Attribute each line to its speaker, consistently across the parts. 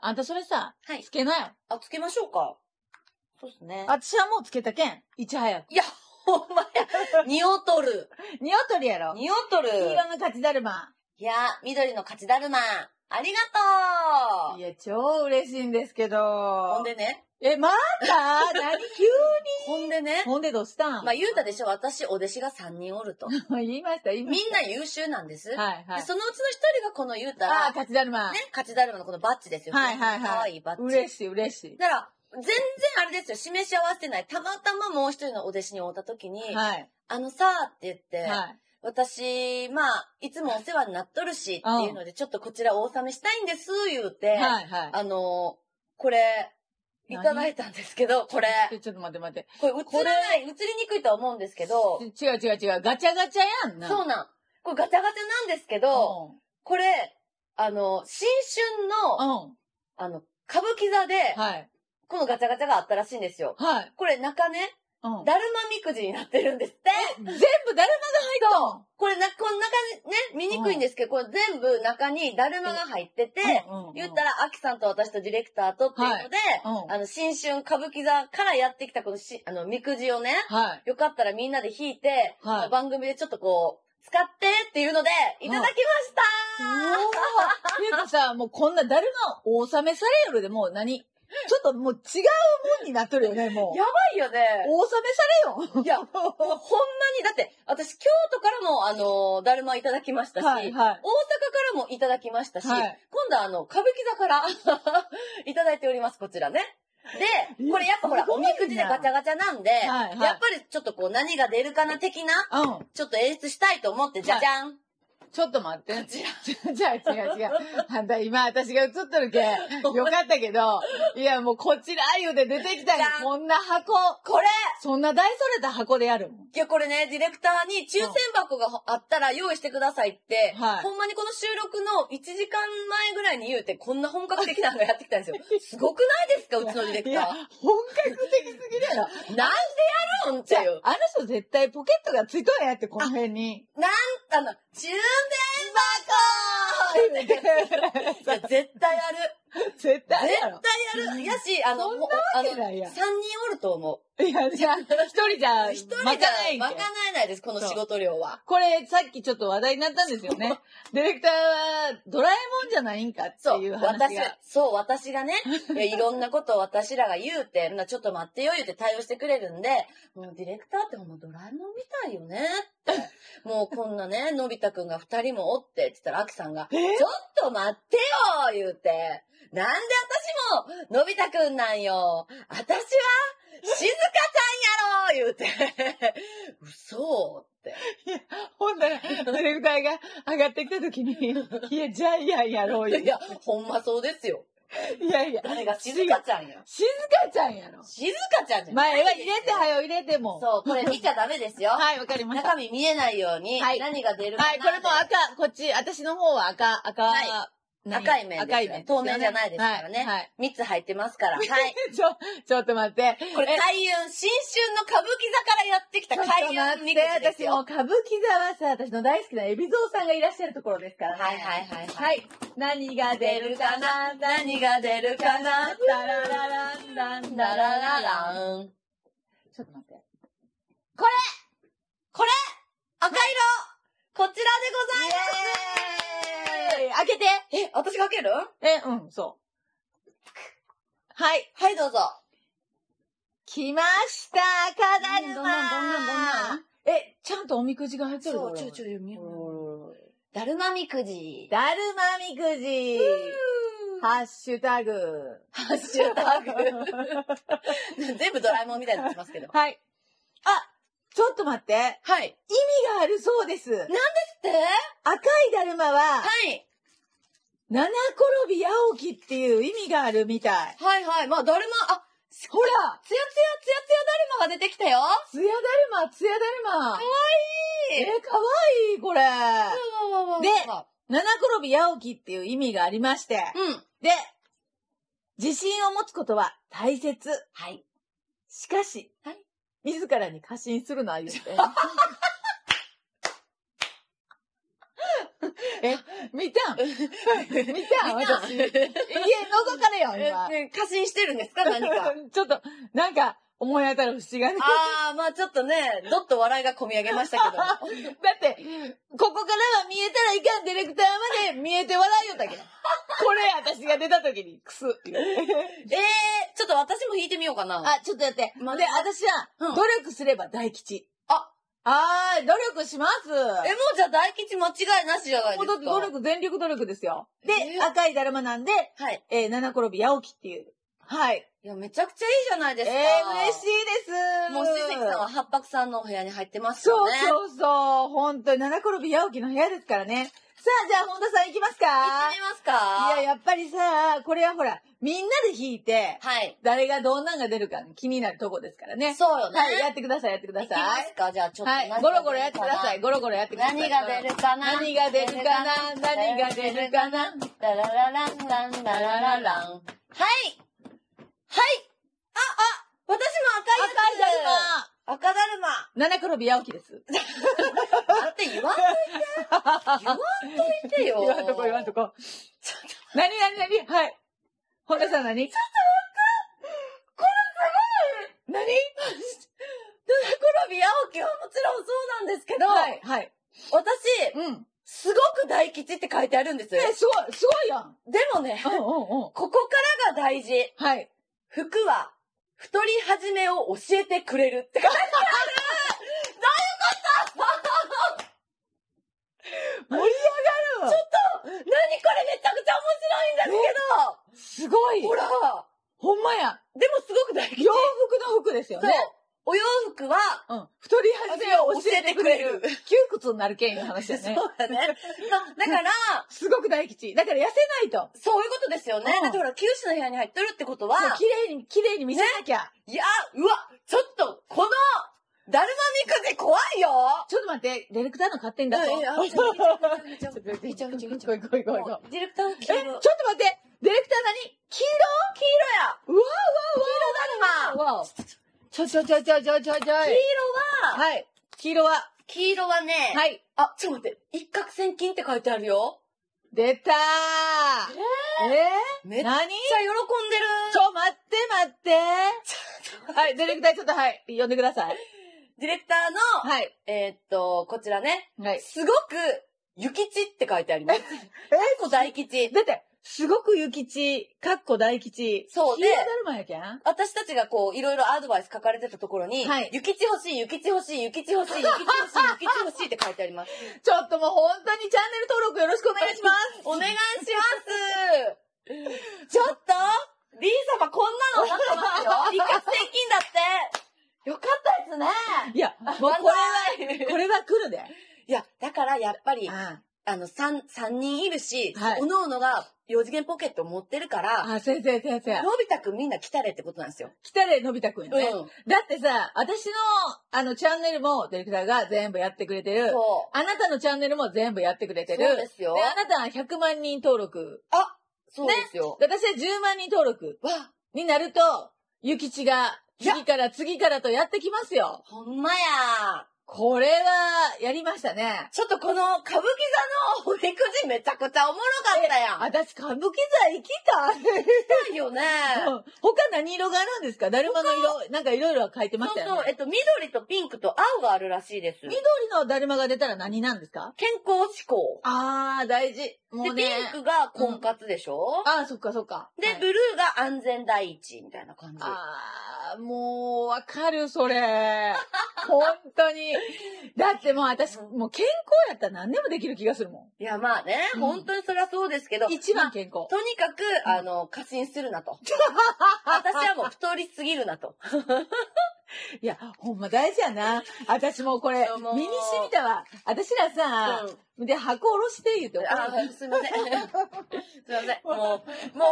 Speaker 1: あんたそれさ、
Speaker 2: はい
Speaker 1: つけなよ。
Speaker 2: あ、つけましょうか。そうですね。
Speaker 1: 私はもうつけたけん。いち 早く。
Speaker 2: いや、 ほんまや。匂を取る。
Speaker 1: ニオトリやろ。
Speaker 2: 匂を取る。
Speaker 1: 黄色の勝ちだるま。
Speaker 2: いや、緑の勝ちだるま。ありがと
Speaker 1: いうや、超嬉しいんですけ
Speaker 2: ほ
Speaker 1: ど
Speaker 2: ん。でね。
Speaker 1: え、また何急
Speaker 2: ほんでね
Speaker 1: に。ほんでどうしたん
Speaker 2: まあ言うたでしょ、私、お弟子が3人おると。
Speaker 1: 言いました、今。
Speaker 2: みんな優秀なんです。
Speaker 1: はいは
Speaker 2: で
Speaker 1: い。
Speaker 2: そのうちの一人がこの言うた
Speaker 1: ああ、
Speaker 2: ら、ね、
Speaker 1: 勝ちだるま。
Speaker 2: 勝ちだるまのこのバッジですよ。
Speaker 1: はいはいはい
Speaker 2: かわいいバッジ。
Speaker 1: 嬉しい、嬉し
Speaker 2: だから、全然あれですよ、示し合わせてない。たまたまもう一人のお弟子に会った時に、
Speaker 1: い。はい。
Speaker 2: あのさーって言って、
Speaker 1: はい。
Speaker 2: 私、まあ、いつもお世話になっとるし、って
Speaker 1: うん
Speaker 2: いうので、ちょっとこちらお納めしたいんです、言うて、
Speaker 1: はいはい。
Speaker 2: あの、これ、いただいたんですけど、これ、
Speaker 1: ちょちょっと待って待って。
Speaker 2: これ映らない、映りにくいとは思うんですけど、
Speaker 1: ち違う違う違う。ガチャガチャやんな。
Speaker 2: そうなん。これガチャガチャなんですけど、これ、あの、新春
Speaker 1: う
Speaker 2: の、
Speaker 1: ん。うん。
Speaker 2: あの、歌舞伎座で、
Speaker 1: はい。
Speaker 2: このガチャガチャがあったらしいんですよ。
Speaker 1: はい。
Speaker 2: これ中ね、
Speaker 1: うん。
Speaker 2: だるまみくじになってるんですって。
Speaker 1: 全部だるまが入っ
Speaker 2: これな、この中ね、見にくいんですけど、これ全部中にだるまが入ってて、
Speaker 1: とん。うんうん
Speaker 2: 言ったら、アキさんと私とディレクターとっていうので、
Speaker 1: はいうん
Speaker 2: あの、新春歌舞伎座からやってきたこのし、あの、みくじをね、
Speaker 1: はい。
Speaker 2: よかったらみんなで弾いて、
Speaker 1: はい
Speaker 2: 番組でちょっとこう、使ってっていうので、いただきました、
Speaker 1: っていうかさ、もうこんなだるまをお納めされよるでもう何ちょっともう違うもんになっとるよね、 もう。
Speaker 2: やばいよね。
Speaker 1: お納めされよ
Speaker 2: いや、もうほんまに、だって、私、京都からも、あの、だるまいただきましたし、
Speaker 1: はいはい
Speaker 2: 大阪からもいただきましたし、
Speaker 1: はい
Speaker 2: 今度はあの、歌舞伎座から いただいております、こちらね。で、これやっぱほら、
Speaker 1: すご
Speaker 2: お
Speaker 1: い
Speaker 2: み
Speaker 1: な
Speaker 2: くじでガチャガチャなんで、
Speaker 1: はいはい
Speaker 2: やっぱりちょっとこう、何が出るかな的な、
Speaker 1: うん。
Speaker 2: ちょっと演出したいと思って、
Speaker 1: い
Speaker 2: じゃじゃん。
Speaker 1: ちょっと待って。
Speaker 2: こちら
Speaker 1: じゃあ違う違う。あんた今私が映っとるけ ん。よかったけど。いやもうこちら言うて出てきたんや
Speaker 2: じゃん
Speaker 1: こんな箱。
Speaker 2: これ
Speaker 1: そんな大それた箱でやるもん。
Speaker 2: いや、これね、ディレクターに抽選箱があったら用意してくださいって、
Speaker 1: はい
Speaker 2: ほんまにこの収録の1時間前ぐらいに言うて、こんな本格的なのがやってきたんですよ。すごくないですか、うちのディレク
Speaker 1: いや
Speaker 2: タ、
Speaker 1: 本格的すぎるやろ。
Speaker 2: ー。なんでやるんって
Speaker 1: じゃ
Speaker 2: いう。
Speaker 1: あ、あの人絶対ポケットがついとんやって、この辺に。
Speaker 2: あの、抽選箱
Speaker 1: 言う て
Speaker 2: いや、絶対やる。
Speaker 1: 絶対
Speaker 2: 絶
Speaker 1: やろ。
Speaker 2: 対やる。やし、あの、
Speaker 1: そんな
Speaker 2: もうあ
Speaker 1: わ
Speaker 2: の、
Speaker 1: けな
Speaker 2: 3
Speaker 1: いやん
Speaker 2: 人おると思
Speaker 1: いや、じゃあ、一人じゃ、
Speaker 2: う。一人じゃ
Speaker 1: まかないん
Speaker 2: ま
Speaker 1: け
Speaker 2: かないないです、この仕事量は。
Speaker 1: これ、さっきちょっと話題になったんですよね。ディレクターは、ドラえもんじゃないんかって
Speaker 2: そう、
Speaker 1: いう話
Speaker 2: 私
Speaker 1: が。、
Speaker 2: そう、私がね、いやいろんなことを私らが言うて、 なちょっと待ってよ言うて対応してくれるんで、もうディレクターってほんまドラえもんみたいよね って。もうこんなね、のび太くんが二人もおって、って言ったら、アキさんが、ちょっと待ってよ言うて、なんで私も、のび太くんなんよ。私は、静香ちゃんやろ言うて、 嘘って。
Speaker 1: ほんなら、ディレクターが上がってきた時 に、いや、ジャイアンやろうよ。
Speaker 2: いや、ほんまそうですよ。
Speaker 1: いやいや、
Speaker 2: 誰が静香ちゃんや。
Speaker 1: 静香ちゃんやろ。
Speaker 2: 静香ちゃんじゃん。
Speaker 1: 前は入れて、はよ入れても。
Speaker 2: そう、これ見ちゃダメですよ。
Speaker 1: はい、わかりました。
Speaker 2: 中身見えないように、
Speaker 1: はい
Speaker 2: 何が出るかな
Speaker 1: はい、これも赤、こっち、私の方は赤、赤、
Speaker 2: はい
Speaker 1: 何
Speaker 2: 赤い面です
Speaker 1: 赤い面ですよ
Speaker 2: 透
Speaker 1: ね。
Speaker 2: 明じゃないですからね
Speaker 1: はいはい。
Speaker 2: 3つ入ってますから。はい。
Speaker 1: ちょ、ちょっと待って。
Speaker 2: これ、開運、新春の歌舞伎座からやってきた
Speaker 1: ちょっと
Speaker 2: 開
Speaker 1: 待
Speaker 2: 運
Speaker 1: っ
Speaker 2: み
Speaker 1: て
Speaker 2: くじです
Speaker 1: 私もう
Speaker 2: よ。
Speaker 1: 歌舞伎座はさ、私の大好きな海老蔵さんがいらっしゃるところですからね。
Speaker 2: はいはいはいはい
Speaker 1: はい。何が出
Speaker 2: 出
Speaker 1: る
Speaker 2: る
Speaker 1: か
Speaker 2: か
Speaker 1: な
Speaker 2: な何が出るかな
Speaker 1: ダララランダンダラ
Speaker 2: ダラ
Speaker 1: ララ
Speaker 2: ラ
Speaker 1: ン。
Speaker 2: ラン。
Speaker 1: ちょっと待って。
Speaker 2: これ赤色こちらでござい
Speaker 1: えー、開けて
Speaker 2: ますえ、私が開ける
Speaker 1: え、うん、そう。はい。
Speaker 2: はい、どうぞ。
Speaker 1: 来ました赤だる
Speaker 2: どん
Speaker 1: ま
Speaker 2: なんどんなんどんなん
Speaker 1: え、ちゃんとおみくじが入ってる
Speaker 2: そ
Speaker 1: よ
Speaker 2: う、ちょいちょい、みだるまみくじ。
Speaker 1: だるまみくじハッシュタグ。
Speaker 2: ハッシュタグ。 全部ドラえもんみたいになってますけど。
Speaker 1: はい。あ、ちょっと待って。
Speaker 2: は
Speaker 1: 意
Speaker 2: い。っ
Speaker 1: 味があるそうです。
Speaker 2: て
Speaker 1: 赤いだるまは、
Speaker 2: はい。
Speaker 1: 七転び青きっていう意味があるみたい。
Speaker 2: はいはい。まあ、だるま、あ、
Speaker 1: ほら、
Speaker 2: つやつやつやつやだるまが出てきたよ。
Speaker 1: つやだるま、つやだるま。
Speaker 2: いい
Speaker 1: えー、かわいい、これ。で七転び青きっていう意味がありまして。
Speaker 2: うん。
Speaker 1: で、自信を持つことは大切。
Speaker 2: はい。
Speaker 1: しかし、
Speaker 2: はい
Speaker 1: 自らに過信するな、言って。 見たん見たん
Speaker 2: 見たん
Speaker 1: 私。家覗かれよ、今。
Speaker 2: ね過信してるんですか何 か。
Speaker 1: ちょっと、なんか、思い当たる節がね。だ
Speaker 2: ああ、まあちょっとね、どっと笑いがこみ上げましたけど。
Speaker 1: って、ここからは見えたらいかん、ディレクターまで見えて笑いよったけど。これ、私が出た時に、くす。
Speaker 2: ええー、ちょっと私も弾いてみようかな。
Speaker 1: あ、ちょっとやって。で、
Speaker 2: ま
Speaker 1: 私は、
Speaker 2: うん
Speaker 1: 努力すれば大吉。
Speaker 2: あ、
Speaker 1: あー、努力します。
Speaker 2: え、もうじゃあ大吉間違いなしじゃない
Speaker 1: も
Speaker 2: で
Speaker 1: う
Speaker 2: す
Speaker 1: だ
Speaker 2: か。
Speaker 1: って努力、全力努力ですよ。で、
Speaker 2: えー
Speaker 1: 赤いだるまなんで、
Speaker 2: はい。
Speaker 1: えー、七転び八起きっていう。はい。
Speaker 2: いや、めちゃくちゃいいじゃないで
Speaker 1: え
Speaker 2: す
Speaker 1: ー、
Speaker 2: か。
Speaker 1: 嬉しいです。
Speaker 2: もう、しずきさんは八白さんのお部屋に入ってます
Speaker 1: そ
Speaker 2: よ
Speaker 1: う
Speaker 2: ね。う。
Speaker 1: そうそう。本当に七転び八起きの部屋ですからね。さあ、じゃあ本田さん行きますか
Speaker 2: 行ってみますか
Speaker 1: いや、やっぱりさ、これはほら、みんなで弾いて、
Speaker 2: はい。
Speaker 1: 誰がどんなんが出るか気になるとこですからね。
Speaker 2: そうよね。
Speaker 1: はい、やってください、やってくだ
Speaker 2: 行きま
Speaker 1: さい。
Speaker 2: すかじゃあちょっと
Speaker 1: はい
Speaker 2: 何が出るかな。、
Speaker 1: ゴロゴロやってください。ゴロゴロやってください。
Speaker 2: 何が出るかな
Speaker 1: 何が出るかな何が出るかな
Speaker 2: ラララランランララララン。はいはいあ、あ私も
Speaker 1: 赤いだる
Speaker 2: 赤いやつ赤だるま
Speaker 1: ま。七転び八起き です。
Speaker 2: だって言わんといて。言わんといてよ。
Speaker 1: 言わんとこ言わんとこ。何何何はい。本田さん何ちょっと待って
Speaker 2: ドラコロビ青木はもちろんそうなんですけど、
Speaker 1: これすごい何はい、はい。う
Speaker 2: 私、
Speaker 1: ん。
Speaker 2: すごく大吉って書いてあるんです。
Speaker 1: ね、すごい、すごいやん。
Speaker 2: でもね、
Speaker 1: うんうんうん。
Speaker 2: ここからが大事。
Speaker 1: はい。
Speaker 2: 服は、太り始めを教えてくれるって書いてあ
Speaker 1: 盛り上がる
Speaker 2: ちょる。何これめちゃくちゃ面白いんです
Speaker 1: すごい
Speaker 2: けど、ほら、
Speaker 1: ほんまや
Speaker 2: でもすごく大吉。
Speaker 1: 洋服の服ですよ
Speaker 2: そう
Speaker 1: ね。
Speaker 2: お洋服は、
Speaker 1: うん。太り始めを教えてくれる
Speaker 2: 教えてくれ。
Speaker 1: 窮屈になるけんいう話
Speaker 2: そ
Speaker 1: だ
Speaker 2: う
Speaker 1: ね。
Speaker 2: だね。そうだから、
Speaker 1: すごく大吉。だから痩せないと。
Speaker 2: そういうことですよね
Speaker 1: う。ん
Speaker 2: だってほら、九死の部屋に入ってるってことは、
Speaker 1: そう綺麗に、綺麗に見せなきゃ。
Speaker 2: いや、うわ、ちょっと、この、だるまみくじ怖いよ
Speaker 1: ちょっと待って、ディレクターの勝手に出そう。
Speaker 2: うんいや
Speaker 1: ちょっと待って
Speaker 2: ちょっと待って
Speaker 1: ちょっと待って
Speaker 2: ちょっと
Speaker 1: ごいごいごいごい
Speaker 2: もうディレクター
Speaker 1: え、
Speaker 2: の黄
Speaker 1: ちょっと
Speaker 2: 色。
Speaker 1: 待って、ディレクター何黄
Speaker 2: 黄
Speaker 1: 色うわう
Speaker 2: 色やだるま
Speaker 1: わうわうわちょちょちょちょちょちょちょい。
Speaker 2: 黄色は、
Speaker 1: はい。黄色は、
Speaker 2: 黄色はね、
Speaker 1: はい。
Speaker 2: あ、ちょっと待って、一攫千金って書いてあるよ。
Speaker 1: 出たーえ
Speaker 2: めっ
Speaker 1: ー
Speaker 2: ちゃ
Speaker 1: 何
Speaker 2: 喜んでる
Speaker 1: ちょ、待って待って。はい、ディレクターちょっとはい、呼んでください。
Speaker 2: ディレクターの、
Speaker 1: はい。
Speaker 2: えーっと、こちらね、
Speaker 1: はい。
Speaker 2: すごく、ゆきちって書いてあります。
Speaker 1: え
Speaker 2: こ大吉。
Speaker 1: だって、すごくゆきち、かっこ大吉。
Speaker 2: そう
Speaker 1: で。
Speaker 2: で
Speaker 1: だるまやけん。
Speaker 2: 私たちがこう、いろいろアドバイス書かれてたところに、
Speaker 1: はい
Speaker 2: ゆきち欲しい、ゆきち欲しい、ゆきち欲しい、ゆきち 欲しい、ゆきち欲しいって書いてあります。
Speaker 1: ちょっともう本当にチャンネル登録よろしくお願いします。
Speaker 2: お願いしますちょっとリー様こんなのなってますよ 一攫千金だってよかったですね
Speaker 1: いや、もうこ
Speaker 2: 万
Speaker 1: れ
Speaker 2: 歳
Speaker 1: は、これは来るで。
Speaker 2: いや、だからやっぱり、あ
Speaker 1: あ
Speaker 2: の、三、三人いるし、
Speaker 1: はい
Speaker 2: おのおのが四次元ポケットを持ってるから、
Speaker 1: あ、先生先生。
Speaker 2: のび太くんみんな来たれってことなんですよ。
Speaker 1: 来たれ、のび太くんや
Speaker 2: うん。
Speaker 1: ね。
Speaker 2: そ
Speaker 1: だってさ、私の、あの、チャンネルも、ディレクターが全部やってくれて
Speaker 2: う。
Speaker 1: る。
Speaker 2: そ
Speaker 1: あなたのチャンネルも全部やってくれて
Speaker 2: う
Speaker 1: る。
Speaker 2: ですよ
Speaker 1: で。あなたは100万人登録。
Speaker 2: そうですよ。
Speaker 1: で私は10万人登録
Speaker 2: わ、
Speaker 1: になると、ゆきちが、
Speaker 2: いや
Speaker 1: 次から次からとやってきますよ。
Speaker 2: ほんまや。
Speaker 1: これは、やりましたね。
Speaker 2: ちょっとこの歌舞伎座のおみくじめちゃくちゃおもろかったやん。あっ
Speaker 1: 私、歌舞伎座行きたい。
Speaker 2: たよね。
Speaker 1: うん他何色があるんですかだるまの色、なんかいろいろは書いてました
Speaker 2: そう
Speaker 1: よ
Speaker 2: そう、
Speaker 1: ね。
Speaker 2: えっと、緑とピンクと青があるらしいです。
Speaker 1: 緑のだるまが出たら何なんですか
Speaker 2: 健康志向。
Speaker 1: あー、大事。も
Speaker 2: で、
Speaker 1: う
Speaker 2: ピ
Speaker 1: ね。
Speaker 2: ンクが婚活でしょ、
Speaker 1: あー、そっかそっか。
Speaker 2: で、
Speaker 1: はい
Speaker 2: ブルーが安全第一みたいな感じ。
Speaker 1: あー、もう、わかる、そ れ。本当に。だってもう私、もう健康やったら何でもできる気がするも
Speaker 2: いや、まあね、
Speaker 1: うん
Speaker 2: 本当にそりゃそうですけど。
Speaker 1: ん。一
Speaker 2: ま
Speaker 1: 番
Speaker 2: あ
Speaker 1: 健康。
Speaker 2: とにかく、あの、過信するなと。 私はもう太りすぎるな と。
Speaker 1: いや、ほんま大事やな。私もうこれ
Speaker 2: どう、も
Speaker 1: 身にしみたわ。私らさ、
Speaker 2: うん
Speaker 1: で、箱下ろして言うて、
Speaker 2: あ
Speaker 1: あ、
Speaker 2: すいません。 すいません。もう、もう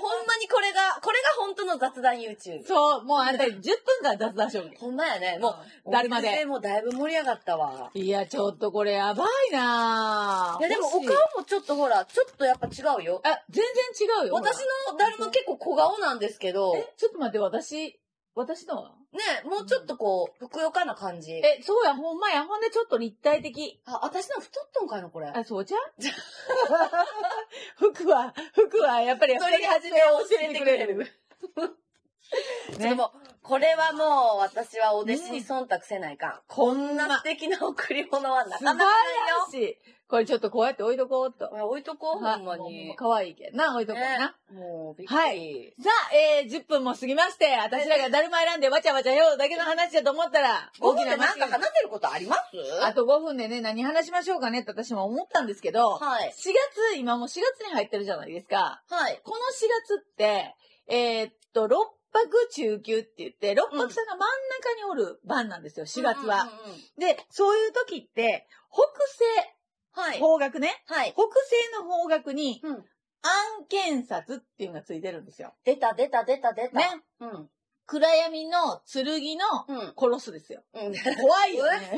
Speaker 2: ほんまにこれが、これが本当の雑談 YouTube。
Speaker 1: そう、もうあんた10分間雑談しよ
Speaker 2: ほんまやね。
Speaker 1: う。
Speaker 2: もう、
Speaker 1: だるまで。
Speaker 2: もうだいぶ盛り上がったわ。
Speaker 1: いや、ちょっとこれやばいない
Speaker 2: や、でもお
Speaker 1: 欲しい
Speaker 2: 顔もちょっとほら、ちょっとやっぱ違うよ。
Speaker 1: あ、全然違うよ。
Speaker 2: 私
Speaker 1: の。
Speaker 2: のだるま結構小顔なんですけど、
Speaker 1: え、ちょっと待って、私、私のは
Speaker 2: ねえもうちょっとこう、ふくよかな感じ。
Speaker 1: え、そうや、ほんまや、ほんでちょっと立体的。
Speaker 2: あ、私の太っとんかいの、これ。
Speaker 1: あ、 そうじゃん服は、服はやっぱり、
Speaker 2: それで
Speaker 1: 初
Speaker 2: 初
Speaker 1: め
Speaker 2: め
Speaker 1: 教
Speaker 2: 教
Speaker 1: え
Speaker 2: え
Speaker 1: て
Speaker 2: て
Speaker 1: く
Speaker 2: く
Speaker 1: れ
Speaker 2: れ
Speaker 1: る
Speaker 2: る。ちょっ
Speaker 1: ね
Speaker 2: ともう、これはもう私はお弟子に忖度せないか。
Speaker 1: こ
Speaker 2: こ
Speaker 1: ん
Speaker 2: んな
Speaker 1: な
Speaker 2: 素、敵な贈り物はな
Speaker 1: 素
Speaker 2: か
Speaker 1: 晴
Speaker 2: なかないよ
Speaker 1: らしい。これちょっとこうやって置いとこうっと。。
Speaker 2: あ置いとこう、ほんまに。
Speaker 1: 可愛いけどな、置いとこうな。
Speaker 2: ねもう、びっくり。
Speaker 1: はいさあ、えー、10分も過ぎまして、私らがだるま選んでわちゃわちゃようだけの話だと思ったら、
Speaker 2: 5分でなんか
Speaker 1: 間違い
Speaker 2: 話せることあります
Speaker 1: あと5分でね、何話しましょうかねって私も思ったんですけど、
Speaker 2: はい
Speaker 1: 4。月、今もう4月に入ってるじゃないですか。
Speaker 2: はい。
Speaker 1: この4月って、えーっと、6泊中級って言って、6泊さんが真ん中におる番なんですよ、4月は。
Speaker 2: うんうんうん
Speaker 1: で、そういう時って、北
Speaker 2: は
Speaker 1: 西、
Speaker 2: い。
Speaker 1: 方角ね、
Speaker 2: はい。
Speaker 1: 北西の方角に
Speaker 2: うん。
Speaker 1: 暗検察っていうのがついてるんですよ。
Speaker 2: 出た、出た、出た、出た。
Speaker 1: ね。
Speaker 2: うん。
Speaker 1: 暗闇の剣の
Speaker 2: うん。
Speaker 1: 殺すですよ。
Speaker 2: うん。
Speaker 1: 怖いよね。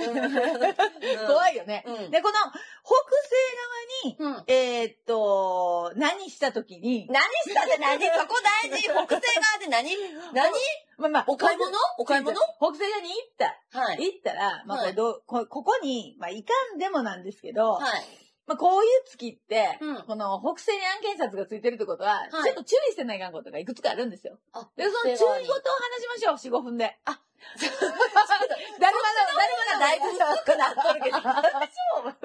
Speaker 1: 怖
Speaker 2: い。
Speaker 1: いよね。
Speaker 2: うん。
Speaker 1: で、この
Speaker 2: うん。
Speaker 1: 北西側に、えーっと、何した時に、
Speaker 2: 何したって何そこ大事北西側で何何
Speaker 1: まあまあ、
Speaker 2: お買い物お
Speaker 1: お買い
Speaker 2: 買い
Speaker 1: 物
Speaker 2: 物
Speaker 1: 北西側に行った。
Speaker 2: は。
Speaker 1: 行ったら、まあ、こ
Speaker 2: は
Speaker 1: れ
Speaker 2: い
Speaker 1: どうこここに、まあ、いかんでもなんですけど、
Speaker 2: はい。
Speaker 1: まあ、こういう月って、
Speaker 2: うん
Speaker 1: この北西に案件札がついてるってことは、ちょっと注意してないかんことがいくつかあるんですよ。
Speaker 2: あ、
Speaker 1: で、その注意事を話しましょう、4、5分で。あ、だ るまだ、だ
Speaker 2: だ
Speaker 1: る
Speaker 2: いぶ
Speaker 1: まだ、
Speaker 2: 薄くなっとるけど。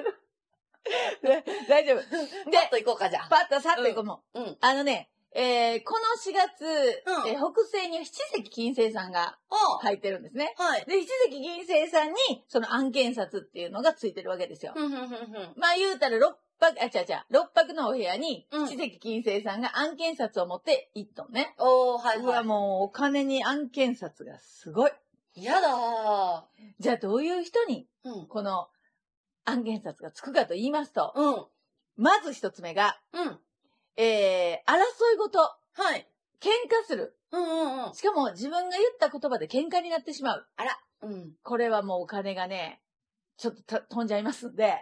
Speaker 1: 大丈夫。
Speaker 2: で、っと行こうかじゃあ。
Speaker 1: パッとさっといこうもう。
Speaker 2: うんうん
Speaker 1: あのね、えー、この4月、
Speaker 2: うん
Speaker 1: えー北西に七石金星さんが
Speaker 2: お
Speaker 1: 入ってるんですね。
Speaker 2: はい。
Speaker 1: で、七石金星さんに、その案件札っていうのがついてるわけですよ。
Speaker 2: ふんふんふんふん。
Speaker 1: まあ言うたら六泊、あ、ちゃちゃ、六泊のお部屋に、
Speaker 2: うん
Speaker 1: 七石金星さんが案件札を持って行ったのね。
Speaker 2: おー、はいう
Speaker 1: わ、
Speaker 2: は
Speaker 1: もうお金に案件札がすごい。
Speaker 2: い。やだー。
Speaker 1: じゃあどういう人に、
Speaker 2: うん。
Speaker 1: この案件札がつくかと言いますと、
Speaker 2: うん。
Speaker 1: まず一つ目が、
Speaker 2: うん。
Speaker 1: えー、争いごと、
Speaker 2: はい。
Speaker 1: 喧嘩する。
Speaker 2: うんうんうん。
Speaker 1: しかも自分が言った言葉で喧嘩になってしまう。
Speaker 2: うん。
Speaker 1: これはもうお金がね、ちょっとた飛んじゃいますんで、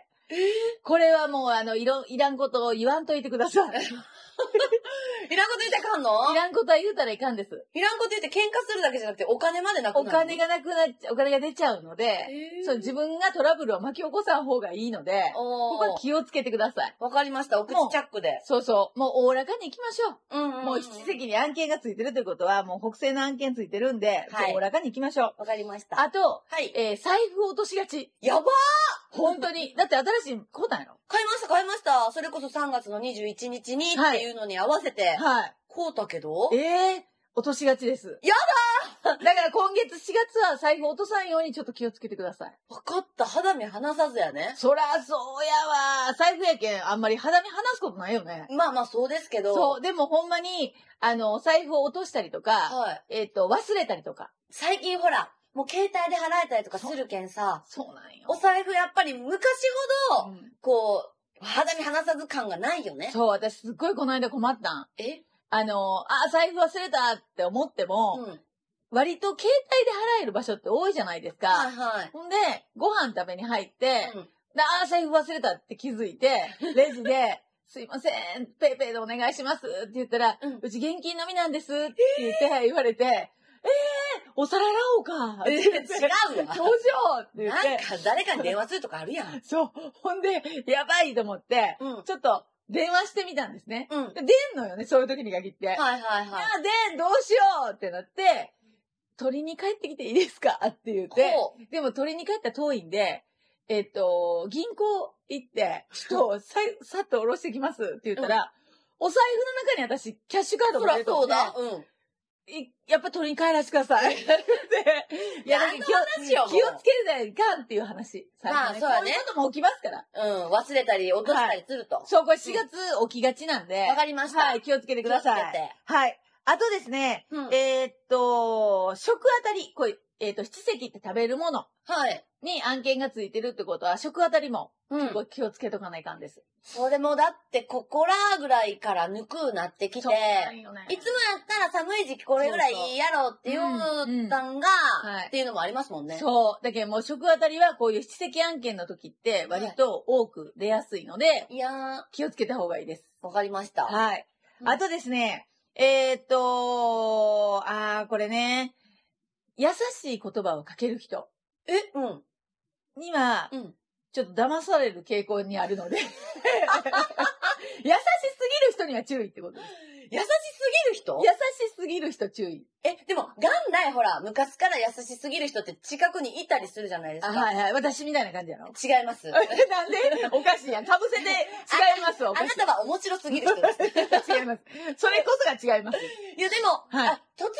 Speaker 1: これはもうあの、いろ、いらんことを言わんといてくださ い。
Speaker 2: いらんこと言ってかんの
Speaker 1: いらんことは言うたらいかんです。
Speaker 2: いらんこと言って喧嘩するだけじゃなくてお金までなくな
Speaker 1: お
Speaker 2: る。
Speaker 1: 金。がなくなっちゃ、お金が出ちゃうので、そう、自分がトラブルを巻き起こさん方がいいので、こ
Speaker 2: お
Speaker 1: こは
Speaker 2: ー。
Speaker 1: 気をつけてください。
Speaker 2: わかりました。お口チャックで。
Speaker 1: そうそう。もうおおらかに行きましょ
Speaker 2: うん
Speaker 1: う。
Speaker 2: ん
Speaker 1: もう七席に案件がついてるということは、もう北西の案件ついてるんで、
Speaker 2: はい
Speaker 1: もうおおらかに行きましょう。
Speaker 2: わかりました。
Speaker 1: あと、
Speaker 2: はい。
Speaker 1: えー財布を落としがち。
Speaker 2: やばー
Speaker 1: 本当に。だって新しい子なんやろ。
Speaker 2: 買いました、買いました。それこそ3月の21日にっていうのに合わせて、
Speaker 1: はい。
Speaker 2: こうたけど、
Speaker 1: ええ落としがちです。
Speaker 2: や
Speaker 1: だだから今月4月は財布落とさんようにちょっと気をつけてください。
Speaker 2: わかった、肌身離さずやね。
Speaker 1: そらそうやわ。財布やけん、あんまり肌身離すことないよね。
Speaker 2: まあまあそうですけど、
Speaker 1: そう。でもほんまに、あの、財布を落としたりとか、
Speaker 2: はい。
Speaker 1: えっ、と、忘れたりとか。
Speaker 2: 最近ほら、もう携帯で払えたりとかするけんさ、
Speaker 1: そうなんよ
Speaker 2: お財布やっぱり昔ほど、
Speaker 1: うん
Speaker 2: こう、肌身離さず感がないよね。
Speaker 1: そう、私すっごいこの間困ったん。
Speaker 2: え
Speaker 1: あの、あ、財布忘れたって思って
Speaker 2: う
Speaker 1: も、
Speaker 2: ん。
Speaker 1: 割と携帯で払える場所って多いじゃないですか。
Speaker 2: はいはい。
Speaker 1: ほんで、ご飯食べに入って、
Speaker 2: うん
Speaker 1: で、ああ、財布忘れたって気づいて、レジで、 すいません、ペイペイでお願いしますって言ったら、う
Speaker 2: うん
Speaker 1: ち現金のみなんですって言って、言われて、ええー、お皿洗おうかって
Speaker 2: え
Speaker 1: 言って、
Speaker 2: 違う
Speaker 1: どう
Speaker 2: わ
Speaker 1: し。ようって言
Speaker 2: な
Speaker 1: っ
Speaker 2: ん
Speaker 1: て、
Speaker 2: か誰かに電話するとかあるやん。
Speaker 1: そう、ほんで、やばいと思って、
Speaker 2: うん。
Speaker 1: ちょっと電話してみたんですね。
Speaker 2: うん。
Speaker 1: で出んのよね、そういう時に限って。
Speaker 2: はいはい
Speaker 1: あ
Speaker 2: はい。
Speaker 1: で、どうしようってなって、鳥に帰ってきていいですかって言って、
Speaker 2: こう。
Speaker 1: でも取りに帰ったら遠いんで、えっと、銀行行って、ち ょっとさ、さっと下ろしてきますって言ったら、お財布の中に私、キャッシュカード
Speaker 2: そ
Speaker 1: も入
Speaker 2: ら
Speaker 1: れと
Speaker 2: そう
Speaker 1: って
Speaker 2: だ。うん。
Speaker 1: いやっぱ取りに帰らせてください。 っていや、だから気
Speaker 2: 何の話よ
Speaker 1: を
Speaker 2: もう
Speaker 1: 気をつけないかんっていう話。
Speaker 2: ま
Speaker 1: 最初
Speaker 2: あ
Speaker 1: ね
Speaker 2: そうや
Speaker 1: こうい
Speaker 2: ね
Speaker 1: うことも起きますから。
Speaker 2: うん、忘れたり落としたりすると。わ、
Speaker 1: そう、これ4月起きがちなんで、
Speaker 2: かりました。
Speaker 1: はい、気をつけてくださ
Speaker 2: 気をつけ
Speaker 1: い。
Speaker 2: て
Speaker 1: はい。あとですね、
Speaker 2: うん
Speaker 1: えーっと、食あたり、これ、えーっと、七席って食べるもの。
Speaker 2: はい。
Speaker 1: に案件がついてるってことは、食あたりも、
Speaker 2: う
Speaker 1: 結
Speaker 2: ん。
Speaker 1: 構気をつけとかないかんです。
Speaker 2: それもだって、ここらぐらいから抜くなってきて、いつ
Speaker 1: そう
Speaker 2: も
Speaker 1: なんよね
Speaker 2: やったら寒い時期これぐらいいいやろって言うたんが
Speaker 1: うんはい、
Speaker 2: っていうのもありますもんね。
Speaker 1: そう。だけどもう食あたりはこういう七席案件の時って割と多く出やすいので、
Speaker 2: いやー、
Speaker 1: 気をつけた方がいいです。
Speaker 2: わかりました。
Speaker 1: はい。
Speaker 2: うん
Speaker 1: あとですね、えーっと、あー、これね、優しい言葉をかける人
Speaker 2: え、うん。
Speaker 1: には、
Speaker 2: うん
Speaker 1: ちょっと騙される傾向にあるの で、優しすぎる人には注意ってことです。
Speaker 2: 優しすぎる人
Speaker 1: 優しすぎる人注意。
Speaker 2: え、でも、元来ほら、昔から優しすぎる人って近くにいたりするじゃないです
Speaker 1: あ
Speaker 2: か。
Speaker 1: はいはい。私みたいな感じやろ
Speaker 2: 違います。
Speaker 1: なんで おかしいやん。かぶせて違いますわ。お
Speaker 2: あ
Speaker 1: か
Speaker 2: な
Speaker 1: しい
Speaker 2: たは面白すぎる人 です。
Speaker 1: 違います。それこそが違います。
Speaker 2: いや、でも、
Speaker 1: はい
Speaker 2: あ突然現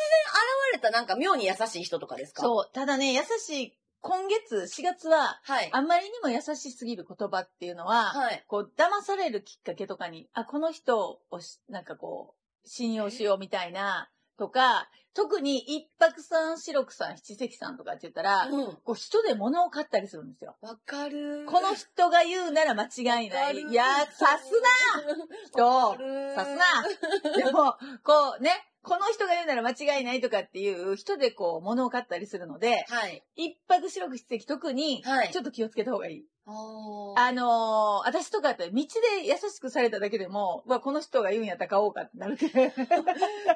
Speaker 2: れたなんか妙に優しい人とかですかう。
Speaker 1: そう。ただね、優しい、今月、4月は、
Speaker 2: はい。
Speaker 1: あんまりにも優しすぎる言葉っていうのは、
Speaker 2: はい。
Speaker 1: こう、騙されるきっかけとかに、あ、この人をし、なんかこう、信用しようみたいな、とか、特に一泊さん、四六さん、七石さんとかって言ったら、
Speaker 2: うん。
Speaker 1: こう、人で物を買ったりするんですよ。
Speaker 2: わかる
Speaker 1: この人が言うなら間違い
Speaker 2: わ
Speaker 1: な
Speaker 2: か
Speaker 1: い。
Speaker 2: る
Speaker 1: いや、さすな人
Speaker 2: な
Speaker 1: さすなでも、こうね、この人が言うなら間違いないとかっていう人でこう、物を買ったりするので、
Speaker 2: はい。
Speaker 1: 一泊四六七石特に、
Speaker 2: はい
Speaker 1: ちょっと気をつけた方がいい。
Speaker 2: おー
Speaker 1: あのー私とかって道で優しくされただけでも、うわ、この人が言うんやったら買おうかってなる けど、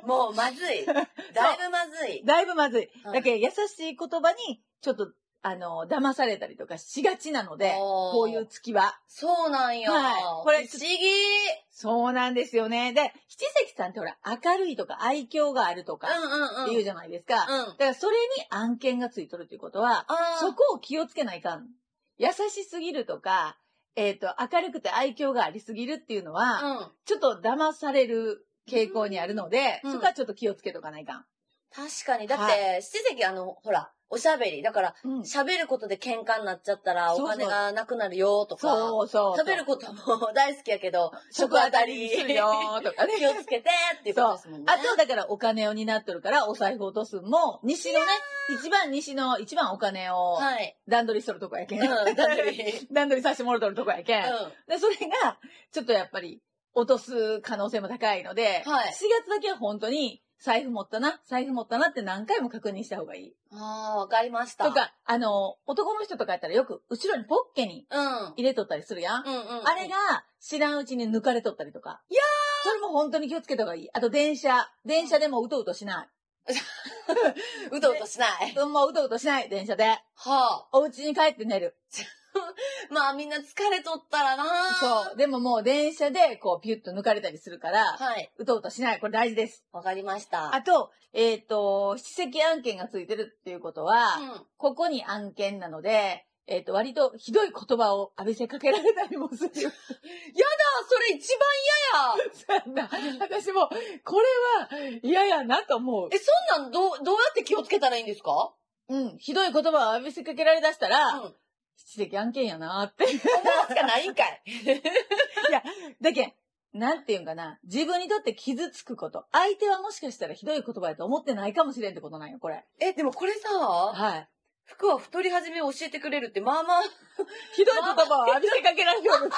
Speaker 2: もうまず い。だいぶまずい。
Speaker 1: だいぶまずい。
Speaker 2: うん
Speaker 1: だけど優しい言葉に、ちょっと、あのー騙されたりとかしがちなので、
Speaker 2: おー
Speaker 1: こういう月は。
Speaker 2: そうなんや。
Speaker 1: はいこ
Speaker 2: こ
Speaker 1: れ
Speaker 2: れ不思議。
Speaker 1: そうなんですよね。で、七石さんってほら、明るいとか愛嬌があるとかっ
Speaker 2: うん
Speaker 1: て
Speaker 2: うん。
Speaker 1: いううんじゃないですか。
Speaker 2: うん。
Speaker 1: だからそれに案件がついとるということは、
Speaker 2: あー
Speaker 1: そこを気をつけないかん。優しすぎるとか、えっ、と、明るくて愛嬌がありすぎるっていうのは、
Speaker 2: うん。
Speaker 1: ちょっと騙される傾向にあるので、
Speaker 2: うん
Speaker 1: そこはちょっと気をつけとかないかん。
Speaker 2: 確かに。だって、
Speaker 1: は
Speaker 2: 七席あの、ほら、おしゃべり。だから、
Speaker 1: うん
Speaker 2: 喋ることで喧嘩になっちゃったら、
Speaker 1: そうそ
Speaker 2: お
Speaker 1: う
Speaker 2: 金がなくなるよとか。
Speaker 1: そうそう。
Speaker 2: 食べることも大好きやけど、
Speaker 1: 食当たりするよとかね。
Speaker 2: 気をつけてっていうことですもんね。
Speaker 1: あと、だからお金を担っとるから、お財布落とすんも、西のね、一番西の、一番お金を
Speaker 2: はい。
Speaker 1: 段取りしとるとこやけん。
Speaker 2: うん、だって ね、
Speaker 1: 段取りさせてもらっとるとこやけん。
Speaker 2: う
Speaker 1: でそれが、ちょっとやっぱり、落とす可能性も高いので、
Speaker 2: は
Speaker 1: 4
Speaker 2: い
Speaker 1: 月だけは本当に、財布持ったな、財布持ったなって何回も確認した方がいい。
Speaker 2: ん。ああ、わかりました。
Speaker 1: とか、あの、男の人とかやったらよく、後ろにポッケに
Speaker 2: うん。
Speaker 1: 入れとったりするやん。
Speaker 2: うんうん。
Speaker 1: あれが知らんうちに抜かれとったりとか。いやそれも本当に気をつけた方がいい。あと電車。電車でもうとうとしな
Speaker 2: うとうとしない
Speaker 1: い。。うん、もううとうとしない。電車で。
Speaker 2: は
Speaker 1: お家に帰って寝る。
Speaker 2: あ。まあみんな疲れとったらな。
Speaker 1: そうう。でももう電車でこうピュッと抜かれたりするから、
Speaker 2: はい。
Speaker 1: うとうとしない。これ大事です。
Speaker 2: わかりました。
Speaker 1: あと、えっ、と、七席案件がついてるっていうことは、
Speaker 2: うん。
Speaker 1: ここに案件なので、えっ、と、割とひどい言葉を浴びせかけられたりもする。
Speaker 2: あ、それ一番嫌や。
Speaker 1: そうやな私も、これは嫌やなと思う。
Speaker 2: え、そんなんどう、どうやって気をつけたらいいんですか
Speaker 1: うん、ひどい言葉を浴びせかけられだしたら、
Speaker 2: うん。
Speaker 1: 七席案件やなって。
Speaker 2: そんなしかないんかい。
Speaker 1: だけん、なんていうんかな、自分にとって傷つくこと。相手はもしかしたらひどい言葉やと思ってないかもしれんってことなんよ、これ。
Speaker 2: え、でもこれさ、
Speaker 1: はい。
Speaker 2: 服は太り始めを教えてくれるって、まあまあ、
Speaker 1: ひどい言葉を浴びせかけられるように。